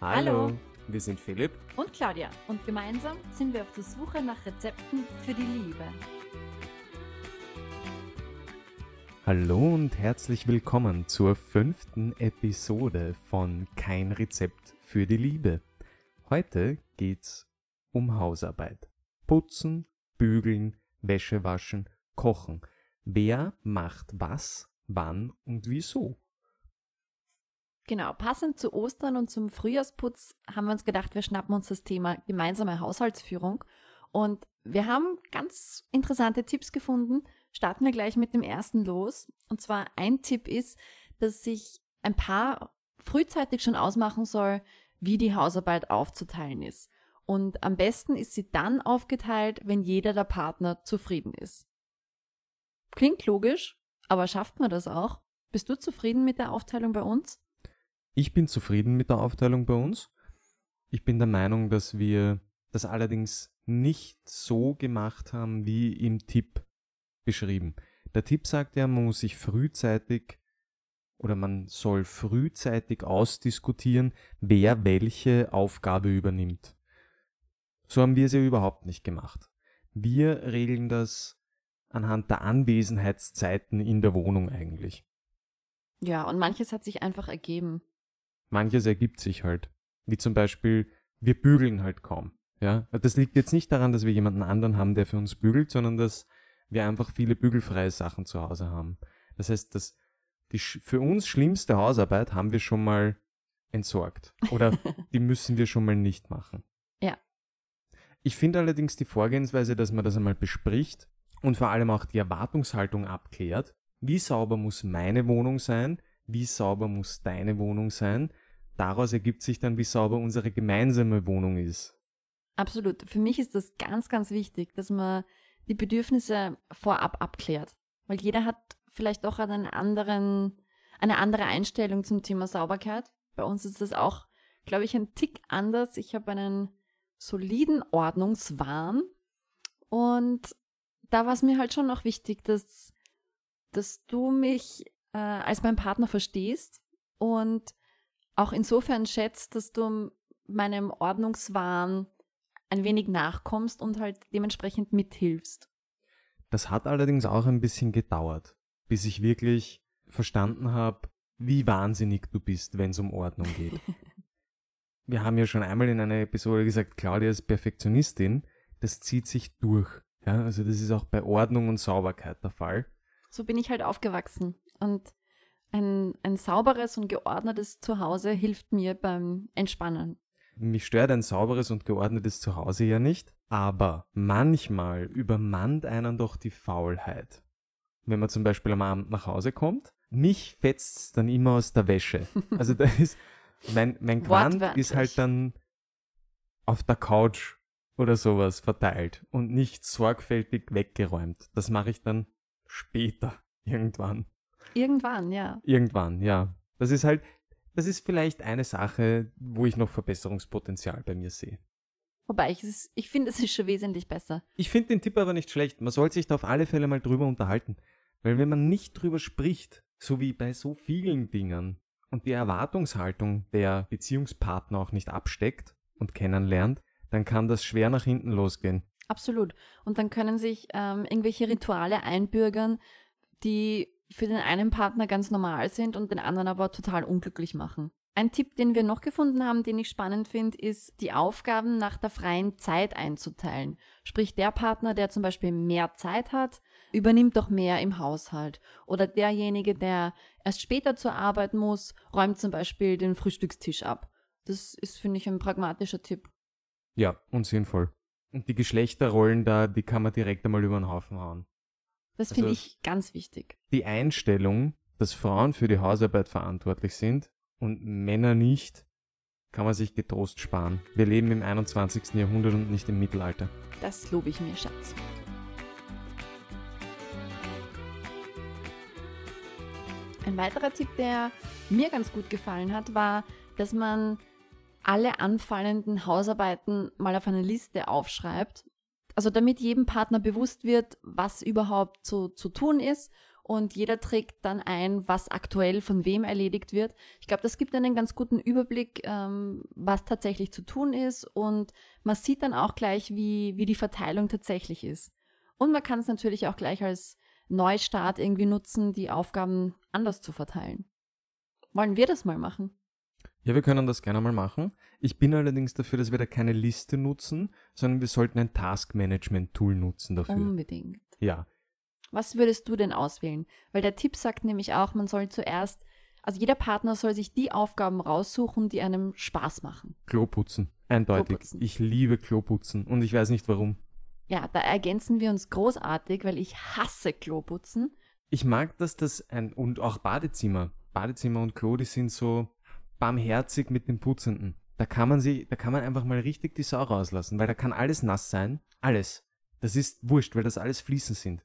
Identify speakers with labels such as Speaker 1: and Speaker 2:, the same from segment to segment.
Speaker 1: Hallo.
Speaker 2: Hallo. Wir sind Philipp.
Speaker 1: Und Claudia. Und gemeinsam sind wir auf der Suche nach Rezepten für die Liebe.
Speaker 2: Hallo und herzlich willkommen zur fünften Episode von Kein Rezept für die Liebe. Heute geht's um Hausarbeit. Putzen, bügeln, Wäsche waschen, kochen. Wer macht was, wann und wieso?
Speaker 1: Genau, passend zu Ostern und zum Frühjahrsputz haben wir uns gedacht, wir schnappen uns das Thema gemeinsame Haushaltsführung. Und wir haben ganz interessante Tipps gefunden. Starten wir gleich mit dem ersten los. Und zwar ein Tipp ist, dass sich ein Paar frühzeitig schon ausmachen soll, wie die Hausarbeit aufzuteilen ist. Und am besten ist sie dann aufgeteilt, wenn jeder der Partner zufrieden ist. Klingt logisch, aber schafft man das auch? Bist du zufrieden mit der Aufteilung bei uns?
Speaker 2: Ich bin zufrieden mit der Aufteilung bei uns. Ich bin der Meinung, dass wir das allerdings nicht so gemacht haben, wie im Tipp beschrieben. Der Tipp sagt ja, man muss sich frühzeitig oder man soll frühzeitig ausdiskutieren, wer welche Aufgabe übernimmt. So haben wir es ja überhaupt nicht gemacht. Wir regeln das anhand der Anwesenheitszeiten in der Wohnung eigentlich.
Speaker 1: Ja, und manches hat sich einfach ergeben.
Speaker 2: manches ergibt sich halt. Wie zum Beispiel, wir bügeln halt kaum. Ja, das liegt jetzt nicht daran, dass wir jemanden anderen haben, der für uns bügelt, sondern dass wir einfach viele bügelfreie Sachen zu Hause haben. Das heißt, das, die sch- für uns schlimmste Hausarbeit haben wir schon mal entsorgt. Oder die müssen wir schon mal nicht machen.
Speaker 1: Ja.
Speaker 2: Ich finde allerdings die Vorgehensweise, dass man das einmal bespricht und vor allem auch die Erwartungshaltung abklärt. Wie sauber muss meine Wohnung sein? Wie sauber muss deine Wohnung sein? Daraus ergibt sich dann, wie sauber unsere gemeinsame Wohnung ist.
Speaker 1: Absolut. Für mich ist das ganz, ganz wichtig, dass man die Bedürfnisse vorab abklärt. Weil jeder hat vielleicht auch einen anderen, eine andere Einstellung zum Thema Sauberkeit. Bei uns ist das auch, glaube ich, ein Tick anders. Ich habe einen soliden Ordnungswahn. Und da war es mir halt schon noch wichtig, dass, dass du mich äh, als mein Partner verstehst und auch insofern schätzt, dass du meinem Ordnungswahn ein wenig nachkommst und halt dementsprechend mithilfst.
Speaker 2: Das hat allerdings auch ein bisschen gedauert, bis ich wirklich verstanden habe, wie wahnsinnig du bist, wenn es um Ordnung geht. Wir haben ja schon einmal in einer Episode gesagt, Claudia ist Perfektionistin, das zieht sich durch. Ja, also das ist auch bei Ordnung und Sauberkeit der Fall.
Speaker 1: So bin ich halt aufgewachsen. Und ein, ein sauberes und geordnetes Zuhause hilft mir beim Entspannen.
Speaker 2: Mich stört ein sauberes und geordnetes Zuhause ja nicht, aber manchmal übermannt einen doch die Faulheit. Wenn man zum Beispiel am Abend nach Hause kommt, mich fetzt's dann immer aus der Wäsche. Also da ist, mein, mein Quant ist
Speaker 1: Wortwörtlich.
Speaker 2: halt dann auf der Couch oder sowas verteilt und nicht sorgfältig weggeräumt. Das mache ich dann später, irgendwann.
Speaker 1: Irgendwann, ja.
Speaker 2: Irgendwann, ja. Das ist halt, das ist vielleicht eine Sache, wo ich noch Verbesserungspotenzial bei mir sehe.
Speaker 1: Wobei ich, es- ich finde, es ist schon wesentlich besser.
Speaker 2: Ich finde den Tipp aber nicht schlecht. Man sollte sich da auf alle Fälle mal drüber unterhalten. Weil wenn man nicht drüber spricht, so wie bei so vielen Dingen, und die Erwartungshaltung der Beziehungspartner auch nicht absteckt und kennenlernt, dann kann das schwer nach hinten losgehen.
Speaker 1: Absolut. Und dann können sich ähm, irgendwelche Rituale einbürgern, die für den einen Partner ganz normal sind und den anderen aber total unglücklich machen. Ein Tipp, den wir noch gefunden haben, den ich spannend finde, ist, die Aufgaben nach der freien Zeit einzuteilen. Sprich, der Partner, der zum Beispiel mehr Zeit hat, übernimmt doch mehr im Haushalt. Oder derjenige, der erst später zur Arbeit muss, räumt zum Beispiel den Frühstückstisch ab. Das ist, finde ich, ein pragmatischer Tipp.
Speaker 2: Ja, und sinnvoll. Und die Geschlechterrollen da, die kann man direkt einmal über den Haufen hauen.
Speaker 1: Das finde
Speaker 2: Also-
Speaker 1: ich ganz wichtig.
Speaker 2: die Einstellung, dass Frauen für die Hausarbeit verantwortlich sind und Männer nicht, kann man sich getrost sparen. Wir leben im 21. Jahrhundert und nicht im Mittelalter.
Speaker 1: Das lobe ich mir, Schatz. Ein weiterer Tipp, der mir ganz gut gefallen hat, war, dass man alle anfallenden Hausarbeiten mal auf eine Liste aufschreibt. Also damit jedem Partner bewusst wird, was überhaupt so zu tun ist und jeder trägt dann ein, was aktuell von wem erledigt wird. Ich glaube, das gibt einen ganz guten Überblick, ähm, was tatsächlich zu tun ist und man sieht dann auch gleich, wie, wie die Verteilung tatsächlich ist. Und man kann es natürlich auch gleich als Neustart irgendwie nutzen, die Aufgaben anders zu verteilen. Wollen wir das mal machen?
Speaker 2: Ja, wir können das gerne mal machen. Ich bin allerdings dafür, dass wir da keine Liste nutzen, sondern wir sollten ein Task-Management-Tool nutzen dafür.
Speaker 1: Unbedingt.
Speaker 2: Ja.
Speaker 1: Was würdest du denn auswählen? Weil der Tipp sagt nämlich auch, man soll zuerst, also jeder Partner soll sich die Aufgaben raussuchen, die einem Spaß machen.
Speaker 2: Kloputzen. Eindeutig.
Speaker 1: Kloputzen.
Speaker 2: Ich liebe Kloputzen und ich weiß nicht warum.
Speaker 1: Ja, da ergänzen wir uns großartig, weil ich hasse Kloputzen.
Speaker 2: Ich mag, dass das ein und auch Badezimmer. Badezimmer und Klo, die sind so barmherzig mit dem Putzenden. Da kann man sie, da kann man einfach mal richtig die Sau rauslassen, weil da kann alles nass sein. Alles. Das ist wurscht, weil das alles Fließen sind.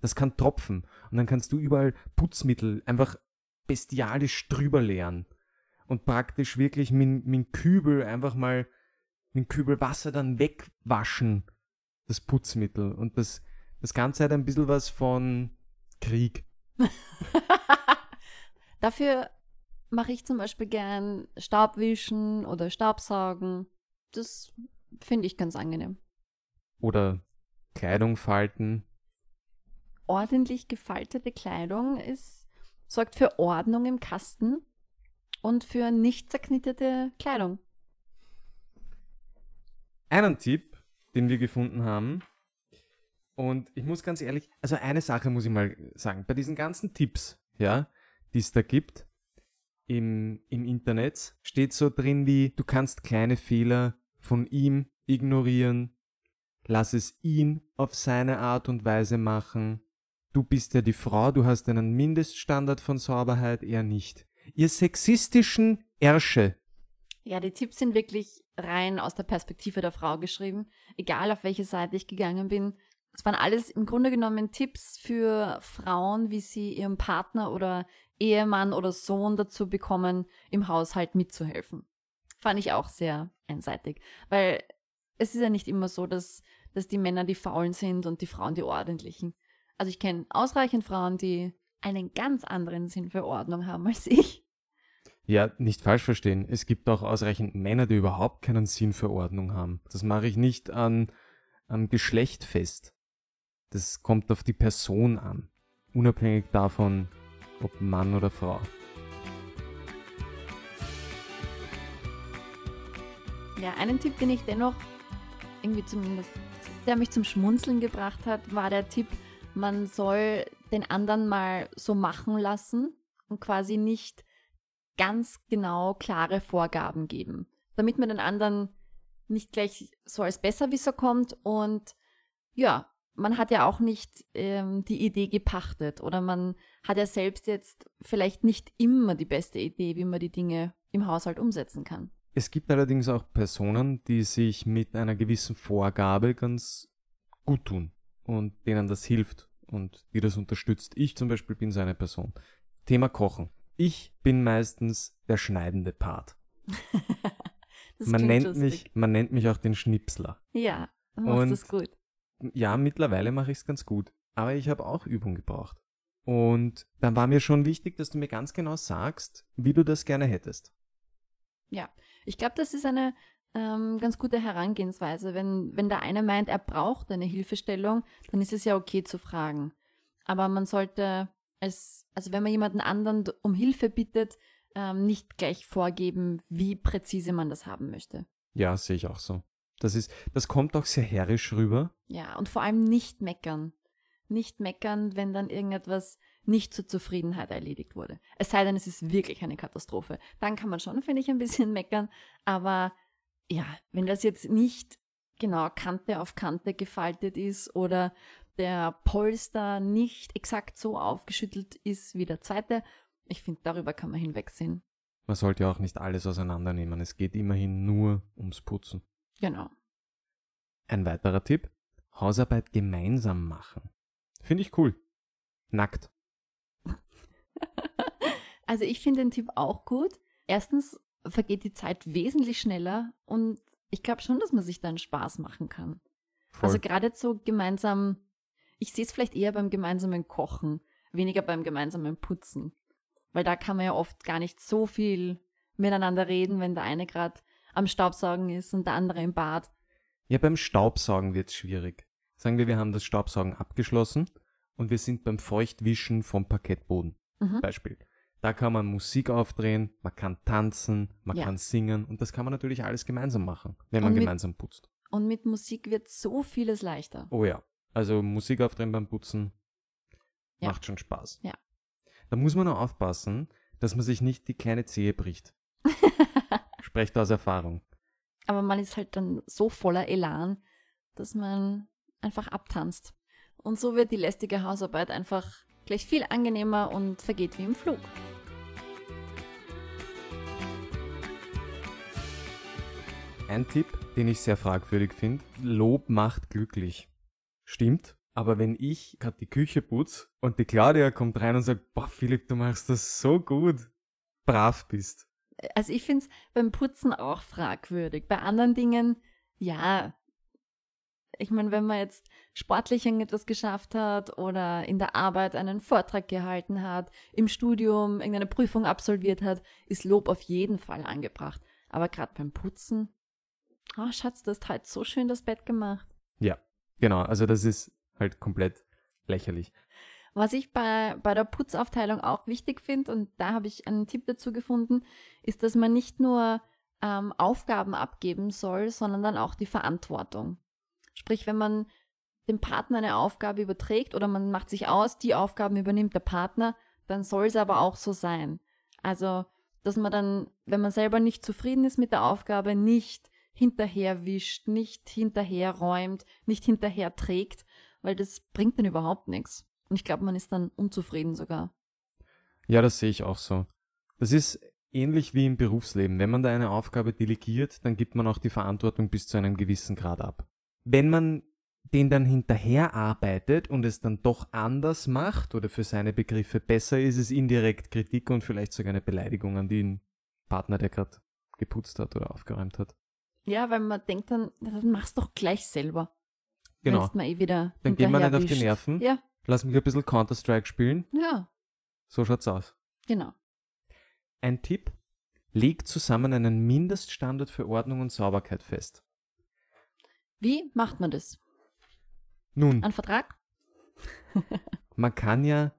Speaker 2: Das kann tropfen. Und dann kannst du überall Putzmittel einfach bestialisch drüber leeren. Und praktisch wirklich mit, mit dem Kübel einfach mal, mit dem Kübel Wasser dann wegwaschen. Das Putzmittel. Und das, das Ganze hat ein bisschen was von Krieg.
Speaker 1: Dafür mache ich zum Beispiel gern Staubwischen oder Staubsaugen. Das finde ich ganz angenehm.
Speaker 2: Oder Kleidung falten.
Speaker 1: Ordentlich gefaltete Kleidung ist, sorgt für Ordnung im Kasten und für nicht zerknitterte Kleidung.
Speaker 2: einen Tipp, den wir gefunden haben. Und ich muss ganz ehrlich, also eine Sache muss ich mal sagen. Bei diesen ganzen Tipps, ja, die es da gibt im, im Internet, steht so drin wie, du kannst kleine Fehler von ihm ignorieren. Lass es ihn auf seine Art und Weise machen. Du bist ja die Frau, du hast einen Mindeststandard von Sauberheit, er nicht. Ihr sexistischen Ärsche.
Speaker 1: Ja, die Tipps sind wirklich rein aus der Perspektive der Frau geschrieben. Egal auf welche Seite ich gegangen bin. Es waren alles im Grunde genommen Tipps für Frauen, wie sie ihrem Partner oder Ehemann oder Sohn dazu bekommen, im Haushalt mitzuhelfen. Fand ich auch sehr einseitig. Weil es ist ja nicht immer so, dass, dass die Männer die Faulen sind und die Frauen die Ordentlichen. Also ich kenne ausreichend Frauen, die einen ganz anderen Sinn für Ordnung haben als ich.
Speaker 2: Ja, nicht falsch verstehen. Es gibt auch ausreichend Männer, die überhaupt keinen Sinn für Ordnung haben. Das mache ich nicht an, am Geschlecht fest. Das kommt auf die Person an. Unabhängig davon, ob Mann oder Frau.
Speaker 1: Ja, einen Tipp, den ich dennoch irgendwie zumindest, der mich zum Schmunzeln gebracht hat, war der Tipp, man soll den anderen mal so machen lassen und quasi nicht ganz genau klare Vorgaben geben, damit man den anderen nicht gleich so als Besserwisser kommt und ja, man hat ja auch nicht ähm, die Idee gepachtet oder man hat ja selbst jetzt vielleicht nicht immer die beste Idee, wie man die Dinge im Haushalt umsetzen kann.
Speaker 2: Es gibt allerdings auch Personen, die sich mit einer gewissen Vorgabe ganz gut tun und denen das hilft und die das unterstützt. Ich zum Beispiel bin so eine Person. Thema Kochen. Ich bin meistens der schneidende Part.
Speaker 1: Das
Speaker 2: Man
Speaker 1: klingt
Speaker 2: nennt, mich, man nennt mich auch den Schnipsler.
Speaker 1: Ja, du machst
Speaker 2: Und-
Speaker 1: das gut.
Speaker 2: ja, mittlerweile mache ich es ganz gut. Aber ich habe auch Übung gebraucht. Und dann war mir schon wichtig, dass du mir ganz genau sagst, wie du das gerne hättest.
Speaker 1: Ich glaube, das ist eine ähm, ganz gute Herangehensweise. Wenn, wenn der eine meint, er braucht eine Hilfestellung, dann ist es ja okay zu fragen. Aber man sollte, als, also wenn man jemanden anderen d- um Hilfe bittet, ähm, nicht gleich vorgeben, wie präzise man das haben möchte.
Speaker 2: Ja, sehe ich auch so. Das ist, das kommt auch sehr herrisch rüber.
Speaker 1: Ja, und vor allem nicht meckern. Nicht meckern, wenn dann irgendetwas nicht zur Zufriedenheit erledigt wurde. Es sei denn, es ist wirklich eine Katastrophe. Dann kann man schon, finde ich, ein bisschen meckern. Aber ja, wenn das jetzt nicht genau Kante auf Kante gefaltet ist oder der Polster nicht exakt so aufgeschüttelt ist wie der zweite, ich finde, darüber kann man hinwegsehen.
Speaker 2: Man sollte ja auch nicht alles auseinandernehmen. Es geht immerhin nur ums Putzen.
Speaker 1: Genau.
Speaker 2: Ein weiterer Tipp. Hausarbeit gemeinsam machen. Finde ich cool. Nackt.
Speaker 1: Also ich finde den Tipp auch gut. Erstens vergeht die Zeit wesentlich schneller und ich glaube schon, dass man sich dann Spaß machen kann.
Speaker 2: Voll.
Speaker 1: Also gerade so gemeinsam, ich sehe es vielleicht eher beim gemeinsamen Kochen. weniger beim gemeinsamen Putzen. Weil da kann man ja oft gar nicht so viel miteinander reden, wenn der eine gerade am Staubsaugen ist und der andere im Bad.
Speaker 2: Ja, beim Staubsaugen wird's schwierig. Sagen wir, wir haben das Staubsaugen abgeschlossen und wir sind beim Feuchtwischen vom Parkettboden.
Speaker 1: Mhm.
Speaker 2: Beispiel. Da kann man Musik aufdrehen, man kann tanzen, man
Speaker 1: Ja.
Speaker 2: kann singen und das kann man natürlich alles gemeinsam machen, wenn man
Speaker 1: Und mit-
Speaker 2: gemeinsam putzt.
Speaker 1: Und mit Musik wird so vieles leichter.
Speaker 2: Oh ja. Also Musik aufdrehen beim Putzen
Speaker 1: Ja.
Speaker 2: macht schon Spaß.
Speaker 1: Ja.
Speaker 2: Da muss man auch aufpassen, dass man sich nicht die kleine Zehe bricht. Sprecht aus Erfahrung.
Speaker 1: Aber man ist halt dann so voller Elan, dass man einfach abtanzt. Und so wird die lästige Hausarbeit einfach gleich viel angenehmer und vergeht wie im Flug.
Speaker 2: Ein Tipp, den ich sehr fragwürdig finde, Lob macht glücklich. Stimmt, aber wenn ich gerade die Küche putz und die Claudia kommt rein und sagt, boah Philipp, du machst das so gut, brav bist.
Speaker 1: Also ich finde es beim Putzen auch fragwürdig. Bei anderen Dingen, ja. Ich meine, wenn man jetzt sportlich irgendetwas geschafft hat oder in der Arbeit einen Vortrag gehalten hat, im Studium irgendeine Prüfung absolviert hat, ist Lob auf jeden Fall angebracht. Aber gerade beim Putzen, oh Schatz, du hast heute so schön das Bett gemacht.
Speaker 2: Genau, also das ist halt komplett lächerlich.
Speaker 1: Was ich bei, bei der Putzaufteilung auch wichtig finde, und da habe ich einen Tipp dazu gefunden, ist, dass man nicht nur ähm, Aufgaben abgeben soll, sondern dann auch die Verantwortung. Sprich, wenn man dem Partner eine Aufgabe überträgt oder man macht sich aus, die Aufgaben übernimmt der Partner, dann soll es aber auch so sein. Also, dass man dann, wenn man selber nicht zufrieden ist mit der Aufgabe, nicht hinterher wischt, nicht hinterher räumt, nicht hinterher trägt, weil das bringt dann überhaupt nichts. Und ich glaube, man ist dann unzufrieden sogar.
Speaker 2: Ja, das sehe ich auch so. Das ist ähnlich wie im Berufsleben. Wenn man da eine Aufgabe delegiert, dann gibt man auch die Verantwortung bis zu einem gewissen Grad ab. Wenn man den dann hinterher arbeitet und es dann doch anders macht oder für seine Begriffe besser, ist es indirekt Kritik und vielleicht sogar eine Beleidigung an den Partner, der gerade geputzt hat oder aufgeräumt hat.
Speaker 1: Ja, weil man denkt dann, "Na, dann mach's doch gleich selber.
Speaker 2: Genau.
Speaker 1: Wenn's mal eh wieder
Speaker 2: Dann geht man nicht
Speaker 1: hinterher
Speaker 2: auf die
Speaker 1: wischt.
Speaker 2: Nerven.
Speaker 1: Ja,
Speaker 2: Lass mich ein bisschen Counter-Strike spielen.
Speaker 1: ja,
Speaker 2: So schaut's aus.
Speaker 1: genau.
Speaker 2: Ein Tipp, legt zusammen einen Mindeststandard für Ordnung und Sauberkeit fest.
Speaker 1: Wie macht man das?
Speaker 2: Nun,
Speaker 1: Ein Vertrag?
Speaker 2: man kann ja,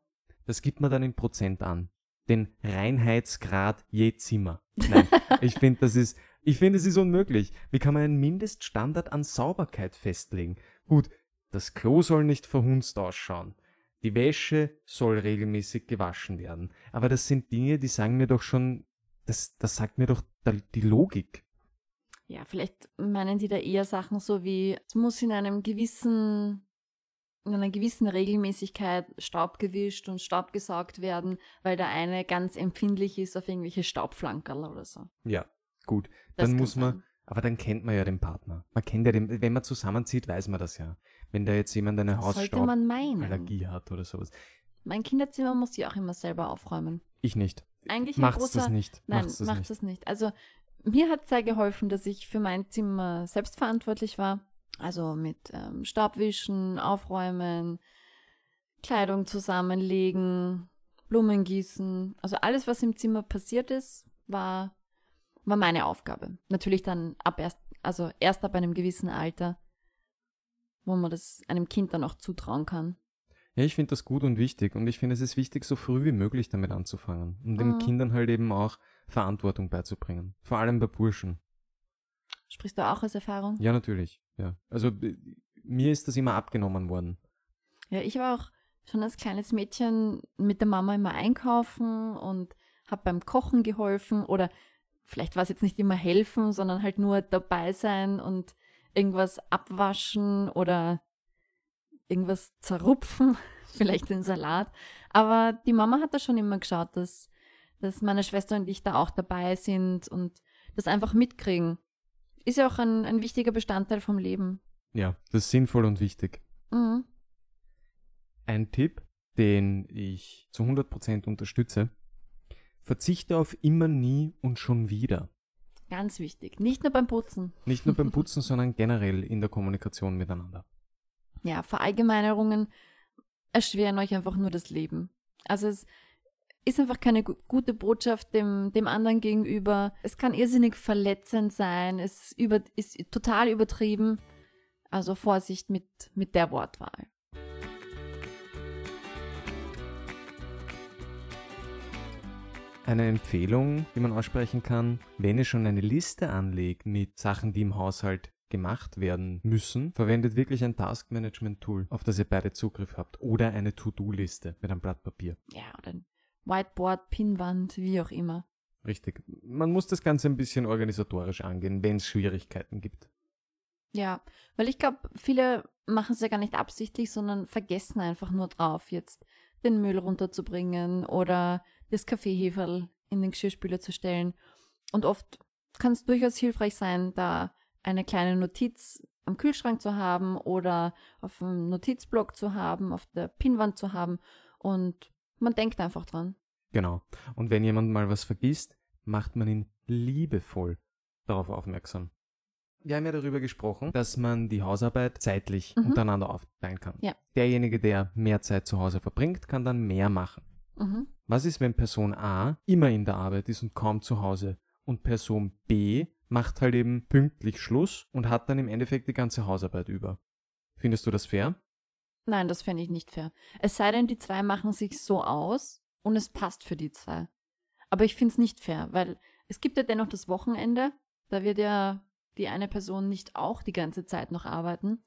Speaker 2: das gibt man dann in Prozent an, den Reinheitsgrad je Zimmer. Nein, ich finde, das ist, ich finde, es ist unmöglich. Wie kann man einen Mindeststandard an Sauberkeit festlegen? Gut, das Klo soll nicht verhunzt ausschauen. Die Wäsche soll regelmäßig gewaschen werden. Aber das sind Dinge, die sagen mir doch schon, das, das sagt mir doch da- die Logik.
Speaker 1: Ja, vielleicht meinen die da eher Sachen so wie, es muss in einem gewissen, in einer gewissen Regelmäßigkeit Staub gewischt und Staub gesaugt werden, weil der eine ganz empfindlich ist auf irgendwelche Staubflankerl oder so.
Speaker 2: Ja, gut. Dann
Speaker 1: Das kann
Speaker 2: muss man,
Speaker 1: sein.
Speaker 2: Aber dann kennt man ja den Partner. Man kennt ja den, wenn man zusammenzieht, weiß man das ja. Wenn da jetzt jemand eine
Speaker 1: Sollte man meinen.
Speaker 2: Hausstauballergie hat oder sowas.
Speaker 1: Mein Kinderzimmer muss ich auch immer selber aufräumen.
Speaker 2: Ich nicht.
Speaker 1: Eigentlich ein
Speaker 2: Macht's
Speaker 1: großer,
Speaker 2: das nicht.
Speaker 1: Nein,
Speaker 2: Macht's
Speaker 1: macht's
Speaker 2: das
Speaker 1: das,
Speaker 2: nicht.
Speaker 1: nicht. Also mir hat es sehr geholfen, dass ich für mein Zimmer selbst verantwortlich war. Also mit ähm, Staubwischen, Aufräumen, Kleidung zusammenlegen, Blumen gießen. Also alles, was im Zimmer passiert ist, war, war meine Aufgabe. Natürlich dann ab erst, also erst ab einem gewissen Alter, wo man das einem Kind dann auch zutrauen kann.
Speaker 2: Ja, ich finde das gut und wichtig. Und ich finde, es ist wichtig, so früh wie möglich damit anzufangen. Um den
Speaker 1: Mhm.
Speaker 2: Kindern halt eben auch Verantwortung beizubringen. Vor allem bei Burschen.
Speaker 1: Sprichst du auch aus Erfahrung?
Speaker 2: Ja, natürlich. Ja. Also b- mir ist das immer abgenommen worden.
Speaker 1: Ja, ich war auch schon als kleines Mädchen mit der Mama immer einkaufen und habe beim Kochen geholfen oder vielleicht war es jetzt nicht immer helfen, sondern halt nur dabei sein und irgendwas abwaschen oder irgendwas zerrupfen, vielleicht den Salat. Aber die Mama hat da schon immer geschaut, dass, dass meine Schwester und ich da auch dabei sind und das einfach mitkriegen. Ist ja auch ein, ein wichtiger Bestandteil vom Leben.
Speaker 2: Ja, das ist sinnvoll und wichtig.
Speaker 1: Mhm.
Speaker 2: Ein Tipp, den ich zu 100% unterstütze. Verzichte auf immer, nie und schon wieder.
Speaker 1: Ganz wichtig. Nicht nur beim Putzen.
Speaker 2: Nicht nur beim Putzen, sondern generell in der Kommunikation miteinander.
Speaker 1: Ja, Verallgemeinerungen erschweren euch einfach nur das Leben. Also es ist einfach keine gu- gute Botschaft dem, dem anderen gegenüber. Es kann irrsinnig verletzend sein. Es über, ist total übertrieben. Also Vorsicht mit, mit der Wortwahl.
Speaker 2: Eine Empfehlung, die man aussprechen kann, wenn ihr schon eine Liste anlegt mit Sachen, die im Haushalt gemacht werden müssen, verwendet wirklich ein Taskmanagement-Tool, auf das ihr beide Zugriff habt. Oder eine To-Do-Liste mit einem Blatt Papier.
Speaker 1: Ja, oder ein Whiteboard, Pinnwand, wie auch immer.
Speaker 2: Richtig. Man muss das Ganze ein bisschen organisatorisch angehen, wenn es Schwierigkeiten gibt.
Speaker 1: Ja, weil ich glaube, viele machen es ja gar nicht absichtlich, sondern vergessen einfach nur drauf, jetzt den Müll runterzubringen oder das Kaffeeheferl in den Geschirrspüler zu stellen. Und oft kann es durchaus hilfreich sein, da eine kleine Notiz am Kühlschrank zu haben oder auf dem Notizblock zu haben, auf der Pinnwand zu haben. Und man denkt einfach dran.
Speaker 2: Genau. Und wenn jemand mal was vergisst, macht man ihn liebevoll darauf aufmerksam. Wir haben ja darüber gesprochen, dass man die Hausarbeit zeitlich
Speaker 1: Mhm.
Speaker 2: untereinander aufteilen kann.
Speaker 1: Ja.
Speaker 2: Derjenige, der mehr Zeit zu Hause verbringt, kann dann mehr machen.
Speaker 1: Mhm.
Speaker 2: Was ist, wenn Person A immer in der Arbeit ist und kaum zu Hause und Person B macht halt eben pünktlich Schluss und hat dann im Endeffekt die ganze Hausarbeit über? Findest du das fair?
Speaker 1: Nein, das fände ich nicht fair. Es sei denn, die zwei machen sich so aus und es passt für die zwei. Aber ich finde es nicht fair, weil es gibt ja dennoch das Wochenende. Da wird ja die eine Person nicht auch die ganze Zeit noch arbeiten.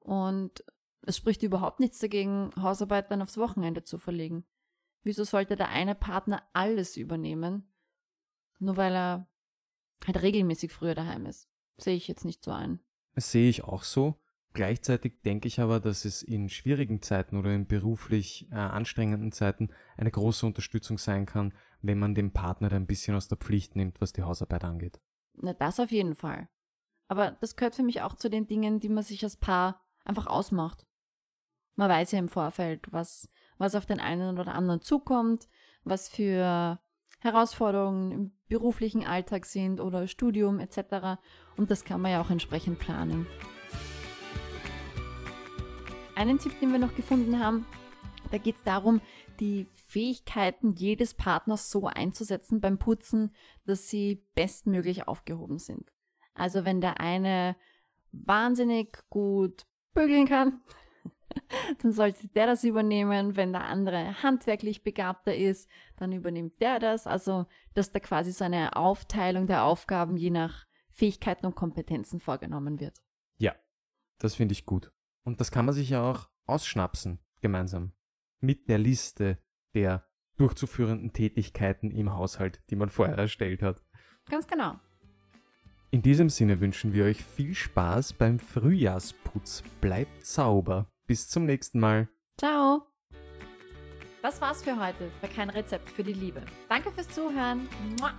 Speaker 1: Und es spricht überhaupt nichts dagegen, Hausarbeit dann aufs Wochenende zu verlegen. Wieso sollte der eine Partner alles übernehmen? Nur weil er halt regelmäßig früher daheim ist. Sehe ich jetzt nicht so ein.
Speaker 2: Das sehe ich auch so. Gleichzeitig denke ich aber, dass es in schwierigen Zeiten oder in beruflich äh, anstrengenden Zeiten eine große Unterstützung sein kann, wenn man den Partner da ein bisschen aus der Pflicht nimmt, was die Hausarbeit angeht.
Speaker 1: Na, das auf jeden Fall. Aber das gehört für mich auch zu den Dingen, die man sich als Paar einfach ausmacht. Man weiß ja im Vorfeld, was, was auf den einen oder anderen zukommt, was für Herausforderungen im beruflichen Alltag sind oder Studium etc. Und das kann man ja auch entsprechend planen. Einen Tipp, den wir noch gefunden haben, da geht es darum, die Fähigkeiten jedes Partners so einzusetzen beim Putzen, dass sie bestmöglich aufgehoben sind. Also wenn der eine wahnsinnig gut bügeln kann, dann sollte der das übernehmen. Wenn der andere handwerklich begabter ist, dann übernimmt der das. Also dass da quasi so eine Aufteilung der Aufgaben je nach Fähigkeiten und Kompetenzen vorgenommen wird.
Speaker 2: Das finde ich gut. Und das kann man sich ja auch ausschnapsen, gemeinsam. Mit der Liste der durchzuführenden Tätigkeiten im Haushalt, die man vorher erstellt hat.
Speaker 1: Ganz genau.
Speaker 2: In diesem Sinne wünschen wir euch viel Spaß beim Frühjahrsputz. Bleibt sauber. Bis zum nächsten Mal.
Speaker 1: Ciao! Das war's für heute bei Kein Rezept für die Liebe. Danke fürs Zuhören. Mua.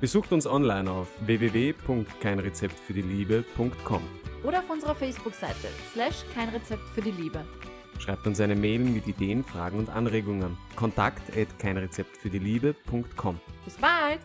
Speaker 2: Besucht uns online auf www.keinrezeptfürdieliebe.com.
Speaker 1: Oder auf unserer Facebook-Seite slash Kein Rezept für die Liebe.
Speaker 2: Schreibt uns eine Mail mit Ideen, Fragen und Anregungen. Kontakt at keinrezeptfürdieliebe.com.
Speaker 1: Bis bald!